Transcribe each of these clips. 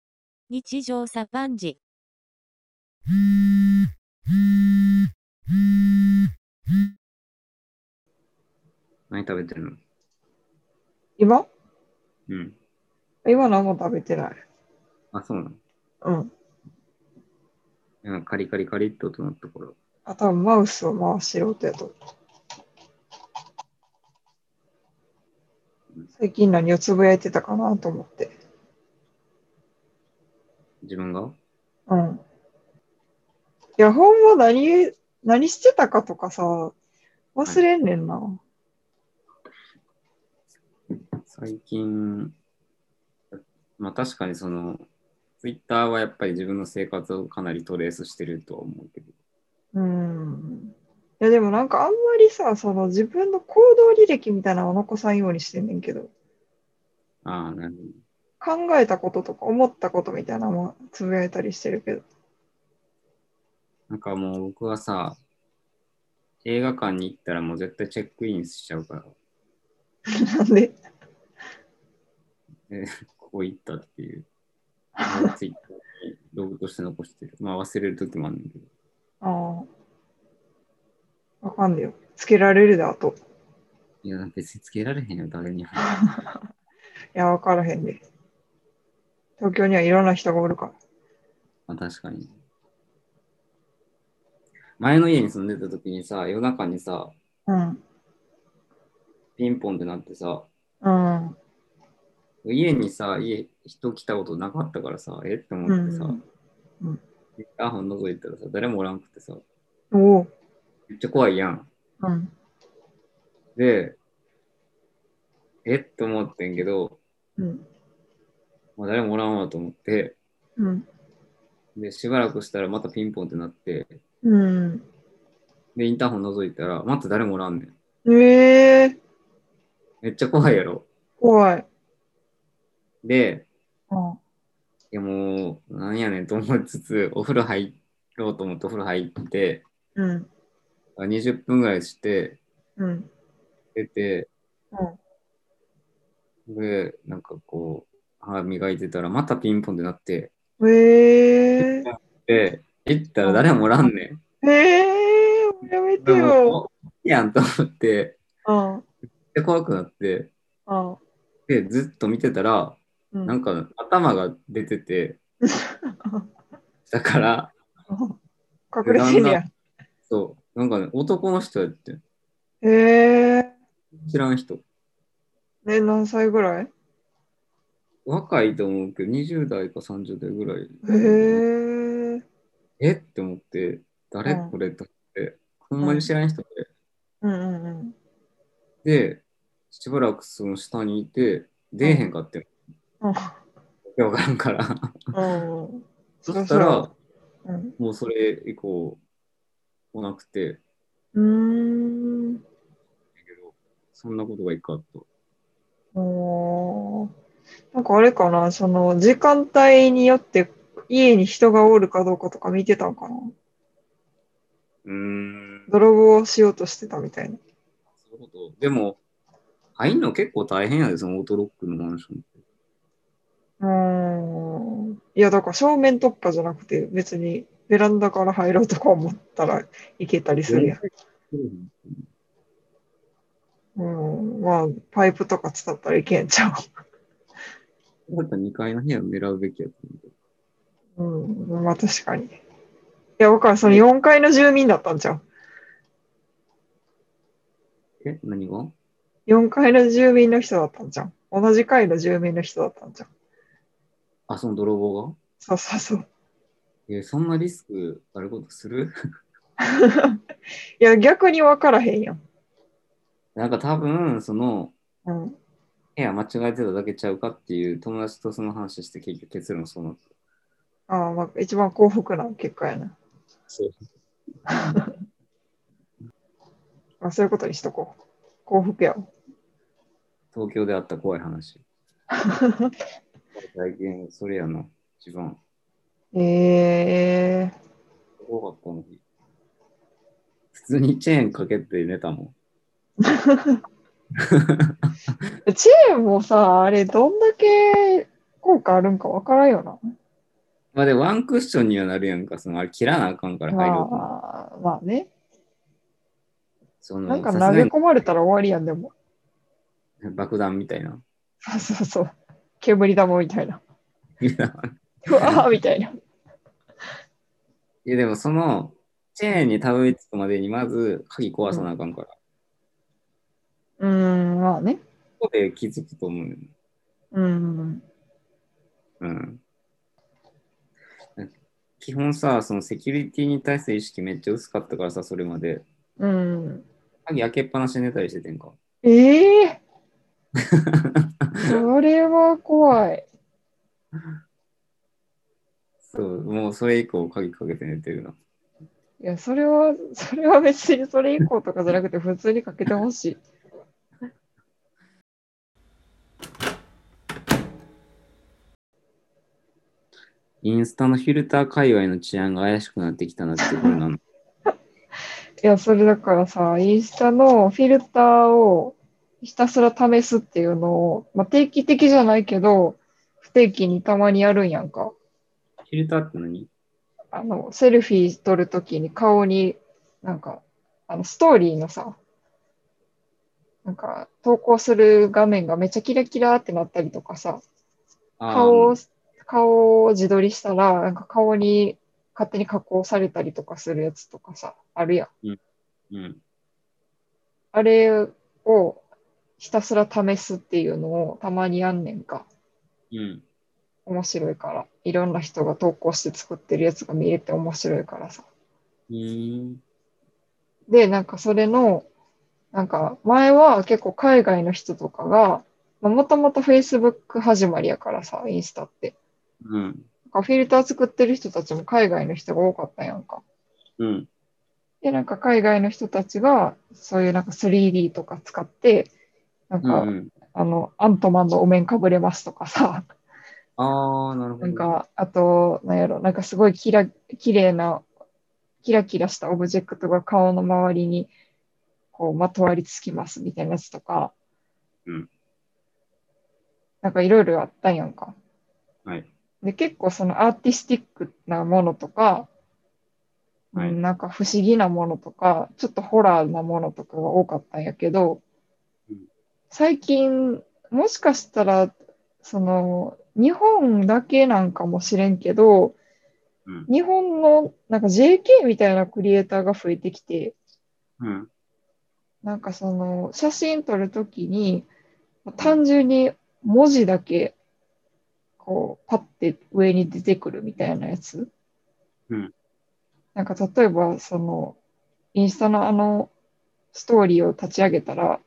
日常茶飯事。何食べてるの今うん。今何も食べてない。あ、そうなのいうん。やなんかカリカリカリっと音のところ。あ、多分マウスを回してる音やと思う。最近何をつぶやいてたかなと思って。自分がうん。いや、ほんま何、何してたかとかさ、忘れんねんな。最近、まあ確かにその、ツイッターはやっぱり自分の生活をかなりトレースしてるとは思うけど。うん。いや、でもなんかあんまりさ、その自分の行動履歴みたいなのを残さんようにしてんねんけど、ああ、なるほど。考えたこととか思ったことみたいなのもつぶやいたりしてるけど。 なんかもう僕はさ、映画館に行ったらもう絶対チェックインしちゃうから、なんでここ行ったっていう、あのツイッターにログとして残してる。まあ忘れる時もあるんだけど。ああ。わかんねえよ。つけられるで、あと。いや、別につけられへんよ、誰にも。いや、わからへんで。東京にはいろんな人がおるから。まあ確かに。前の家に住んでた時にさ、夜中にさ、うん。ピンポンってなってさ、うん。家にさ、家、人来たことなかったからさ、えって思うってさ、ん。アホン覗いたらさ、誰もおらんくてさ、おう。めっちゃ怖いやん。うん。で、えって思ってんけど、うん。もう誰もおらんわと思って、うん。で、しばらくしたらまたピンポンってなって、うん。で、インターホン覗いたら、また誰もおらんねん。ええー、めっちゃ怖いやろ。怖い。で、うん。いやもう、なんやねんと思いつつ、お風呂入ろうと思ってお風呂入って、うん。 20分ぐらいして、うん。出て、うんで、なんかこう、歯磨いてたら、またピンポンってなって、ええで、行ったら誰もおらんねん。ー。ええー、やめてでよ。も、いいやんと思って、うん。うん。で、怖くなって、で、ずっと見てたら、うん。なんか頭が出てて、だから、 隠れてるやん。そう、なんかね、男の人やってん、ええ知らん人。ー。ね、何歳ぐらい若いと思うけど、20代か30代ぐらい。ええー。えって思って、誰うんこれと思って、ほんまに知らん人で、うんうんうん。で、しばらくその下にいて、出えへんかってん、うん。わからん から。うんそしたら、うんもうそれ以降、来なくて、うーん。そんなことがいかんと。おーなんかあれかな、その時間帯によって家に人がおるかどうかとか見てたんかな。うーん。泥棒をしようとしてたみたいな。そういうこと。でも、入んの結構大変やで、そのオートロックのマンションって。うーん。いや、だから正面突破じゃなくて、別にベランダから入ろうとか思ったら行けたりするやん。うん。まあ、パイプとか伝ったらいけんちゃだったら2階の部屋を狙うべきやと思うけど。う。うん。まあ、確かに。いや、僕はその4階の住民だったんちゃう。え、何が4階の住民の人だったんじゃん。同じ階の住民の人だったんじゃん。あ、その泥棒がそうそうそう。え、そんなリスクあることする いや、逆に分からへんやん。なんか多分、その、うん。部屋間違えてただけちゃうかっていう友達とその話して結局結論そうなった。ああ、まあ、一番幸福な結果やな。そう。 まあ、そういうことにしとこう。幸福やわ。 東京であった怖い話。最近、それやな、一番。ええ怖かったのに。普通にチェーンかけて寝たもん。チェーンもさ、あれ、どんだけ効果あるんか分からんよな。まあで、ワンクッションにはなるやんか、そのあれ切らなあかんからま入ろうと思って。あ、まあね。そなんの、かさす投がげに込まれたら終わりやん、でも。爆弾みたいな。 そうそうそう。煙玉みたいな。いや、うわーみたいな。でもその、チェーンにたどり着くまでにまず鍵壊さなあかんから。うーん、まあね。ここで気づくと思うよ。うーん。うん。基本さ、そのセキュリティに対する意識めっちゃ薄かったからさ、それまで。うん。鍵開けっぱなしで寝たりしててんか。 ええそれは怖い。そう、もうそれ以降鍵かけて寝てるな。いや、それは、それは別にそれ以降とかじゃなくて、普通にかけてほしい。インスタのフィルター界隈の治安が怪しくなってきたなってこれな の。いや、それだからさ、インスタのフィルターをひたすら試すっていうのを、まあ、定期的じゃないけど、不定期にたまにやるんやんか。フィルターって何あの、セルフィー撮るときに顔に、なんか、あの、ストーリーのさ、なんか、投稿する画面がめっちゃキラキラってなったりとかさ、あー顔を、顔を自撮りしたら、なんか顔に勝手に加工されたりとかするやつとかさ、あるやん。うん。あれをひたすら試すっていうのをたまにやんねんか。うん。面白いから。いろんな人が投稿して作ってるやつが見れて面白いからさ。うーん。で、なんかそれの、なんか前は結構海外の人とかが、もともと Facebook 始まりやからさ、インスタって。うん。なんかフィルター作ってる人たちも海外の人が多かったやんか。うん。で、なんか海外の人たちが、そういうなんか 3D とか使って、なんうか、んうん。あの、アントマンのお面かぶれますとかさ、ああ、なるほど。なんか、あと、なんやろ、なんかすごいキラ、綺麗な、キラキラしたオブジェクトが顔の周りに、こう、まとわりつきますみたいなやつとか、うんなんかいろいろあったんやんか。はい。で、結構そのアーティスティックなものとか、はいうんなんか不思議なものとか、ちょっとホラーなものとかが多かったんやけど、うん最近、もしかしたら、その、日本だけなんかもしれんけど、うん日本のなんか JK みたいなクリエイターが増えてきて、うん。なんかその写真撮るときに単純に文字だけこうパッて上に出てくるみたいなやつ。うんなんか例えばそのインスタのあのストーリーを立ち上げたら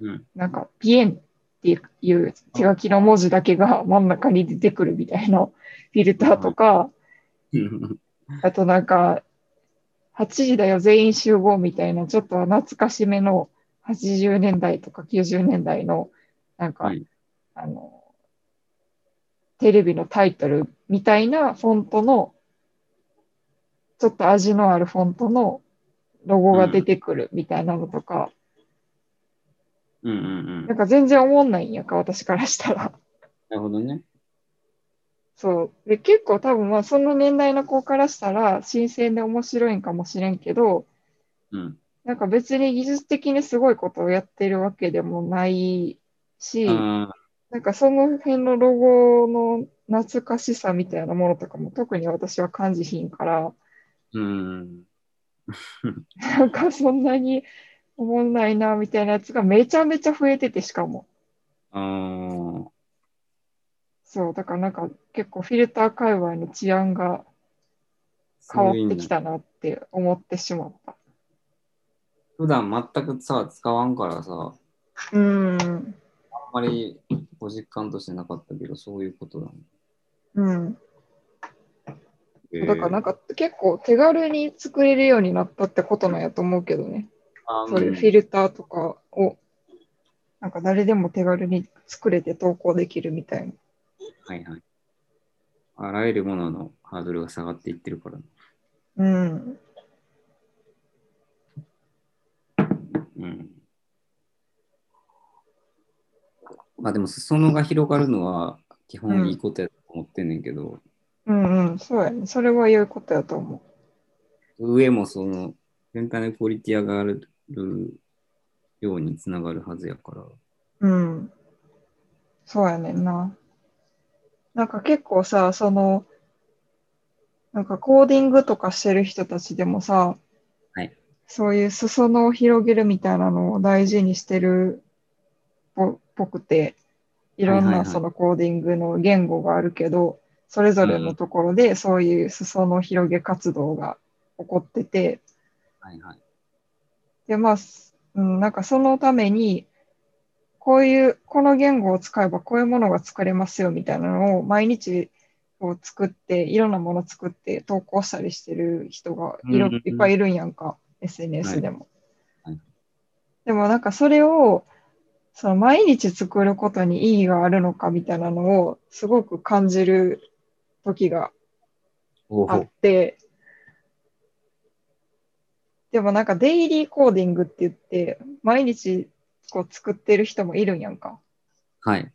うん。なんかピエンっていう手書きの文字だけが真ん中に出てくるみたいなフィルターとか、うん。 あとなんか、8時だよ全員集合みたいな、ちょっと懐かしめの80年代とか90年代の、なんか、はいあの、テレビのタイトルみたいなフォントの、ちょっと味のあるフォントのロゴが出てくるみたいなのとか、うん。うん。なんか全然思んないんやか、私からしたら。なるほどね。そう。で、結構多分まあその年代の子からしたら新鮮で面白いんかもしれんけど、うん。なんか別に技術的にすごいことをやってるわけでもないし、あなんかその辺のロゴの懐かしさみたいなものとかも特に私は感じひんから、 ーうん。なんかそんなに思んないなみたいなやつがめちゃめちゃ増えててしかも。あーそう、だからなんか結構フィルター界隈の治安が変わってそうき。いうのたなって思ってしまった。普段全くさ、使わんからさ、うーん。あんまりご実感としてなかったけど、そういうことだね。うん。えだからなんか結構手軽に作れるようになったってことなんやと思うけどね。あーそういうフィルターとかを、なんか誰でも手軽に作れて投稿できるみたいな。はいはい。あらゆるもののハードルが下がっていってるから。うん。うん。まあでも、裾野が広がるのは基本いいことやと思ってんねんけど、うんうん、そうやね。それは言うことやと思上もその、全体のクオリティ上がるようにつながるはずやから。う。うん。そうやねんな。なんか結構さ、その、なんかコーディングとかしてる人たちでもさ、はいそういう裾野を広げるみたいなのを大事にしてるっぽっぽくて、いろんはいはいなはいそのコーディングの言語があるけど、それぞれのところでそういう裾野広げ活動が起こってて、はいはい。で、まあ、すうん、なんかそのために、こういう、この言語を使えばこういうものが作れますよみたいなのを毎日こう作って、いろんなもの作って投稿したりしてる人がいろうんうんいっぱいいるんやんか、SNS でもはいはい。でもなんかそれを、その毎日作ることに意義があるのかみたいなのをすごく感じる時がおあって、でもなんかデイリーコーディングって言って、毎日こう作ってる人もいるんやんか。はい。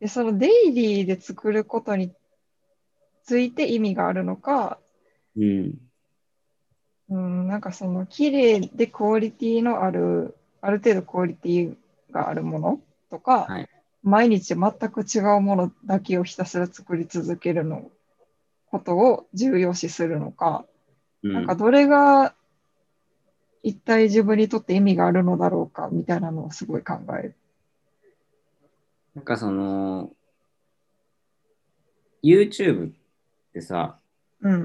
で、そのデイリーで作ることについて意味があるのか、うん。うん、なんかその綺麗でクオリティのある、ある程度クオリティがあるものとか、はい毎日全く違うものだけをひたすら作り続けるのことを重要視するのか、うなんかどれが一体自分にとって意味があるのだろうかみたいなのをすごい考える。なんかその、YouTube ってさ、うん。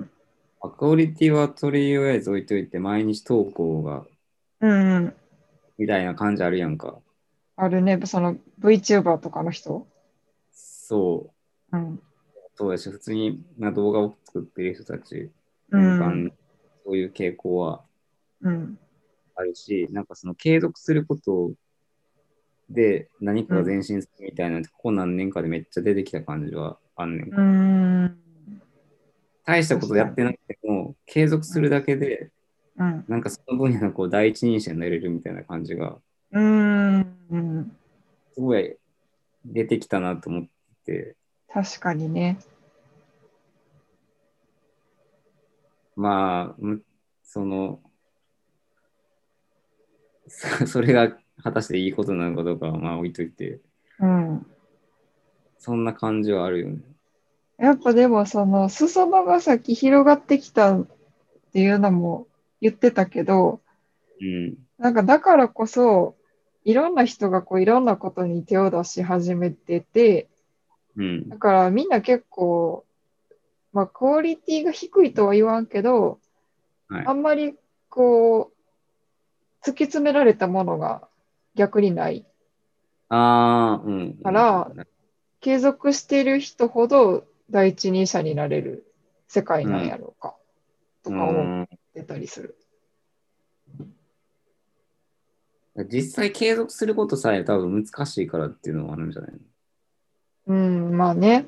まあクオリティはとりあえず置いといて、毎日投稿が、うんうん。みたいな感じあるやんか。あるね、その VTuber とかの人。そうん。う、そうやし、普通にな動画を作ってる人たち、うなんかん。そういう傾向はうん。あるし、なんかその継続することで何かが前進するみたいな、ここ何年かでめっちゃ出てきた感じはあんねんか。うん。大したことやってなくても、継続するだけで、うん。なんかその分野のこう第一人者になれるみたいな感じが、うん。すごい出てきたなと思って、確かにね。まあ、むその、 そそれが果たしていいことなのかどうかはまあ置いといて、うん。そんな感じはあるよね。やっぱでもその裾野が先広がってきたっていうのも言ってたけど、うん。なんかだからこそ、いろんな人がこういろんなことに手を出し始めてて、うんだ。からみんな結構、まあクオリティが低いとは言わんけど、はいあんまりこう、突き詰められたものが逆にない。ああ、うん。から継続してる人ほど第一人者になれる世界なんやろうか、とか思うっんてたりする。実際継続することさえ多分難しいからっていうのもあるんじゃないのうん、まあね。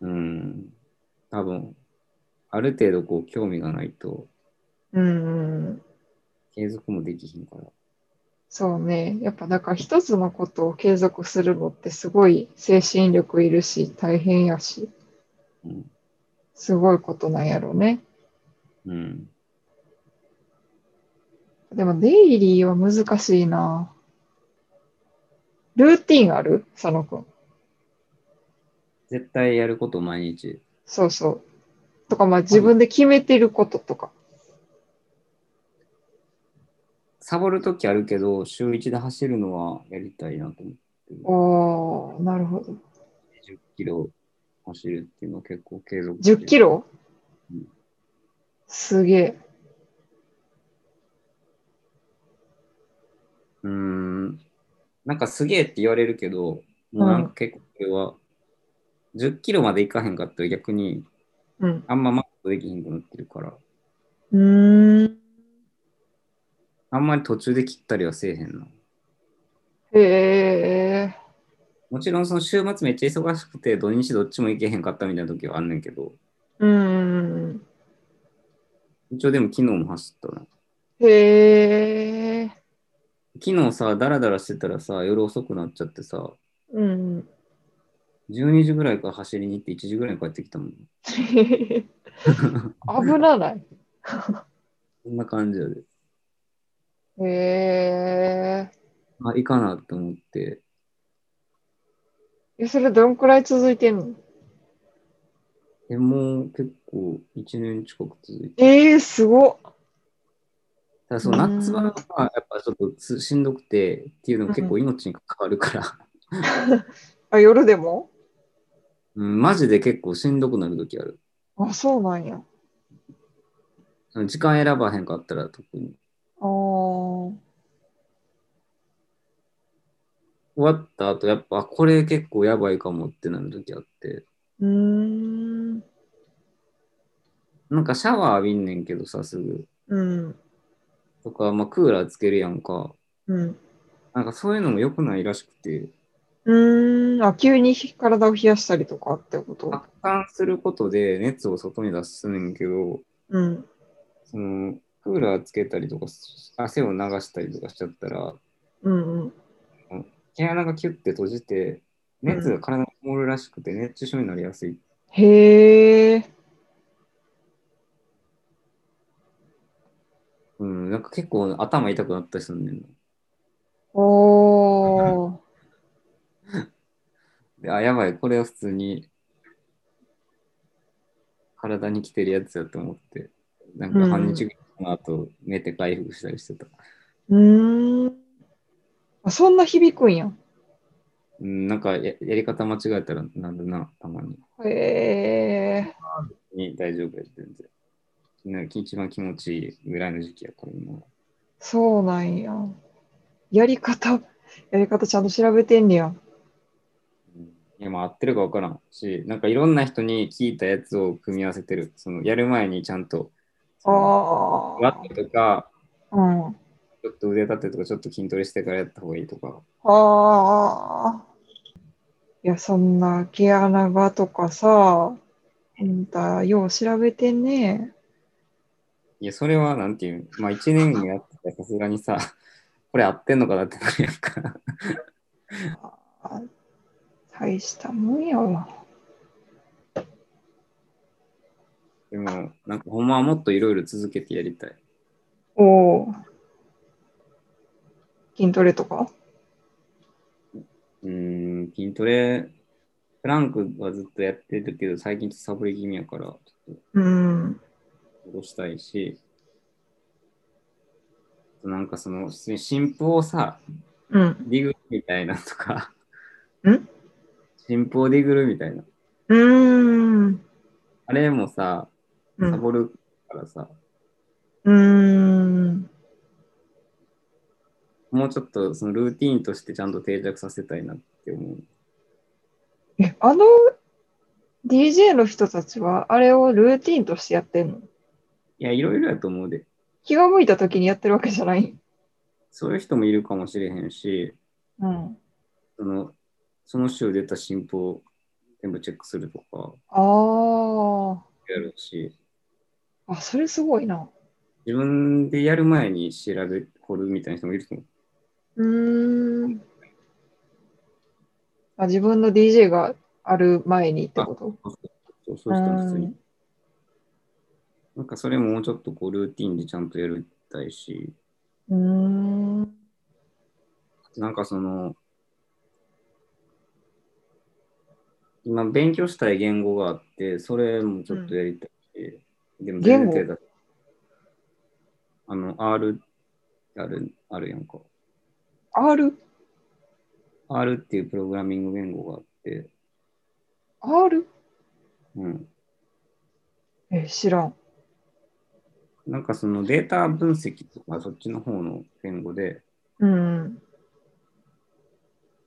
うん。多分、ある程度こう興味がないとうん。継続もできひんから。そうね。やっぱだから一つのことを継続するのってすごい精神力いるし、大変やし、うん。すごいことなんやろね。うん。でもデイリーは難しいな。ルーティンある佐野くん。絶対やること毎日。そうそう。とかまあ自分で決めてることとか。サボるときあるけど、週1で走るのはやりたいなと思ってる。おー、なるほど。 10キロ走るっていうのは結構継続してる。 10キロうんすげえ。うーん。なんかすげえって言われるけど、もうなんか結構これは、10キロまでいかへんかったら逆にうん。あんまマックできへんくなってるから、うーん。あんまり途中で切ったりはせえへんな。へえ。もちろんその週末めっちゃ忙しくて土日どっちも行けへんかったみたいな時はあんねんけど、うん。一応でも昨日も走ったな。へえ。 昨日さ、ダラダラしてたらさ、夜遅くなっちゃってさ、うん。 12時ぐらいから走りに行って1時ぐらいに帰ってきたもん。危なない。そんな感じやで。へえあ、いいかなと思って、え。それどんくらい続いてんのえ、もう結構1年近く続いて。ええすごっ。ただその夏場はやっぱちょっとつしんどくてっていうのも結構命に関わるから、 あ、夜でもうん、マジで結構しんどくなる時ある。あ、そうなんや。その時間選ばへんかったら特に。あー終わった後、やっぱこれ結構やばいかもってなる時あって。うーん。なんかシャワー浴びんねんけどさ、すぐ。うん。とか、まあ、クーラーつけるやんか。うん。なんかそういうのも良くないらしくて、うーん。あ、急に体を冷やしたりとかってこと発汗することで熱を外に出すねんけど、うん。そのクーラーつけたりとか、汗を流したりとかしちゃったら、うんうん。毛穴がキュッて閉じて、熱が体にこもるらしくて、熱中症になりやすい。へえ。うん、なんか結構頭痛くなったりするねんなおー。であ、やばい、これは普通に体に来てるやつやと思って、なんか半日ぐらいの後、寝て回復したりしてた。うーん。あ、そんな響くんや。うん、なんかややり方間違えたらなるな、たまに。へえ。に大丈夫や、全然。なんか一番気持ちいいぐらいの時期やから今は。そうなんや。やり方、やり方ちゃんと調べてんねや。うん、いや、まあ合ってるか分からんし、なんかいろんな人に聞いたやつを組み合わせてる。そのやる前にちゃんと、そのあワットとか、あ。うん。あちょっと腕立てとか、ちょっと筋トレしてからやった方がいいとか。あ。いや、そんな毛穴がとかさ、あんた、よう調べてんね。いや、それはなんていうのまあ1年にやってたらさすがにさ、これ合ってんのかなってなるやんか。あ大したもんやわ。でも、なんかほんまはもっといろいろ続けてやりたい。おお。筋トレとかうーん、筋トレ、プランクはずっとやってるけど、最近ちょっとサボり気味やから、ちょっうん。と戻したいし、あとなんかその、新婦をさ、うん。ディグるみたいなとか、ん新婦をディグるみたいな。うーん。あれもさ、うサん。ボるからさ、うーん。もうちょっとそのルーティーンとしてちゃんと定着させたいなって思う。え、あの DJ の人たちは、あれをルーティンとしてやってんのいや、いろいろやと思うで。気が向いた時にやってるわけじゃないそういう人もいるかもしれへんし、うん。そのその週出た新婦を全部チェックするとか、あやるし、あ。あ、それすごいな。自分でやる前に調べ、掘るみたいな人もいると思う。うーん。あ、自分の DJ がある前にってことそうそういう人も普通に。なんかそれももうちょっとこうルーティンでちゃんとやりたいし、うーん。なんかその、今勉強したい言語があって、それもちょっとやりたいし、でも全然手だ。あの、R、ある、あるやんか。 R?R? R っていうプログラミング言語があって、うん。え、知らん。なんかそのデータ分析とかそっちの方の言語で、うん。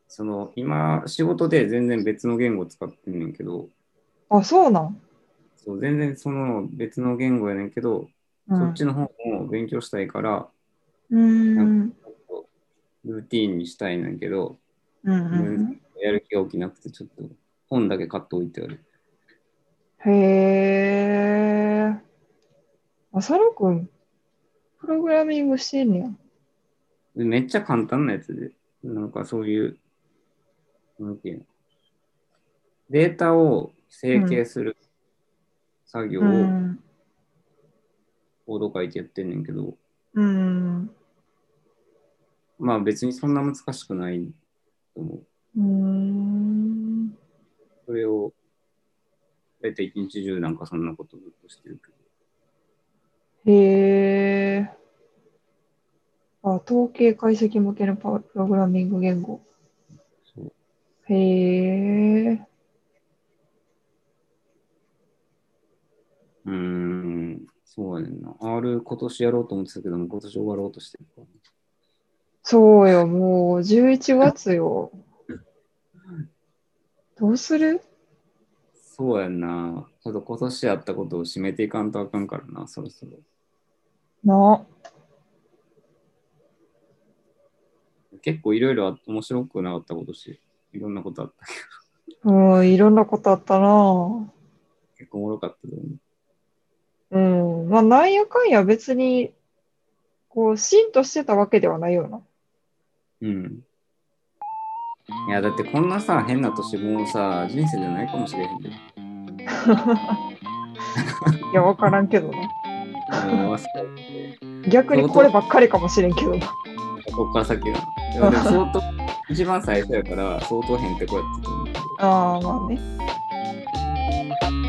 その今仕事で全然別の言語を使ってんねんけど、あ、そうなん。そう全然その別の言語やねんけど、うそんっちの方も勉強したいから、うーん。ルーティーンにしたいねんけど、うんうんやる気が起きなくてちょっと本だけ買っておいてある。うん。へえ。あ、サロくん、プログラミングしてんねや。でめっちゃ簡単なやつで、なんかそういう、なんていうの、データを整形する作業をうん。コード書いてやってんねんけど、うん。まあ別にそんな難しくないと思う。うん。それを、大体一日中なんかそんなことずっとしてるけど。へえ。あ、統計解析向けのパプログラミング言語。そうへえ。うーん、そうやねんな。R 今年やろうと思ってたけども、今年終わろうとしてるから、そうよ、もう11月よ。どうするそうやんな。ちょっと今年やったことを締めていかんとあかんからな、そろそろ。な。結構いろいろあ面白くなかったことし、いろんなことあった。うん、いろんなことあったな。結構おもろかったと思う。うん。まあ、なんやかんや別に、こう、シンとしてたわけではないよな。うん。いや、だってこんなさ、変な年もうさ、人生じゃないかもしれへんで。いや、わからんけどな。もう忘れて逆にこればっかりかもしれんけどな。こっから先が。でもでも相当、一番最初やから、相当変ってこうやってたと思うけど。ああ、まあ「ね。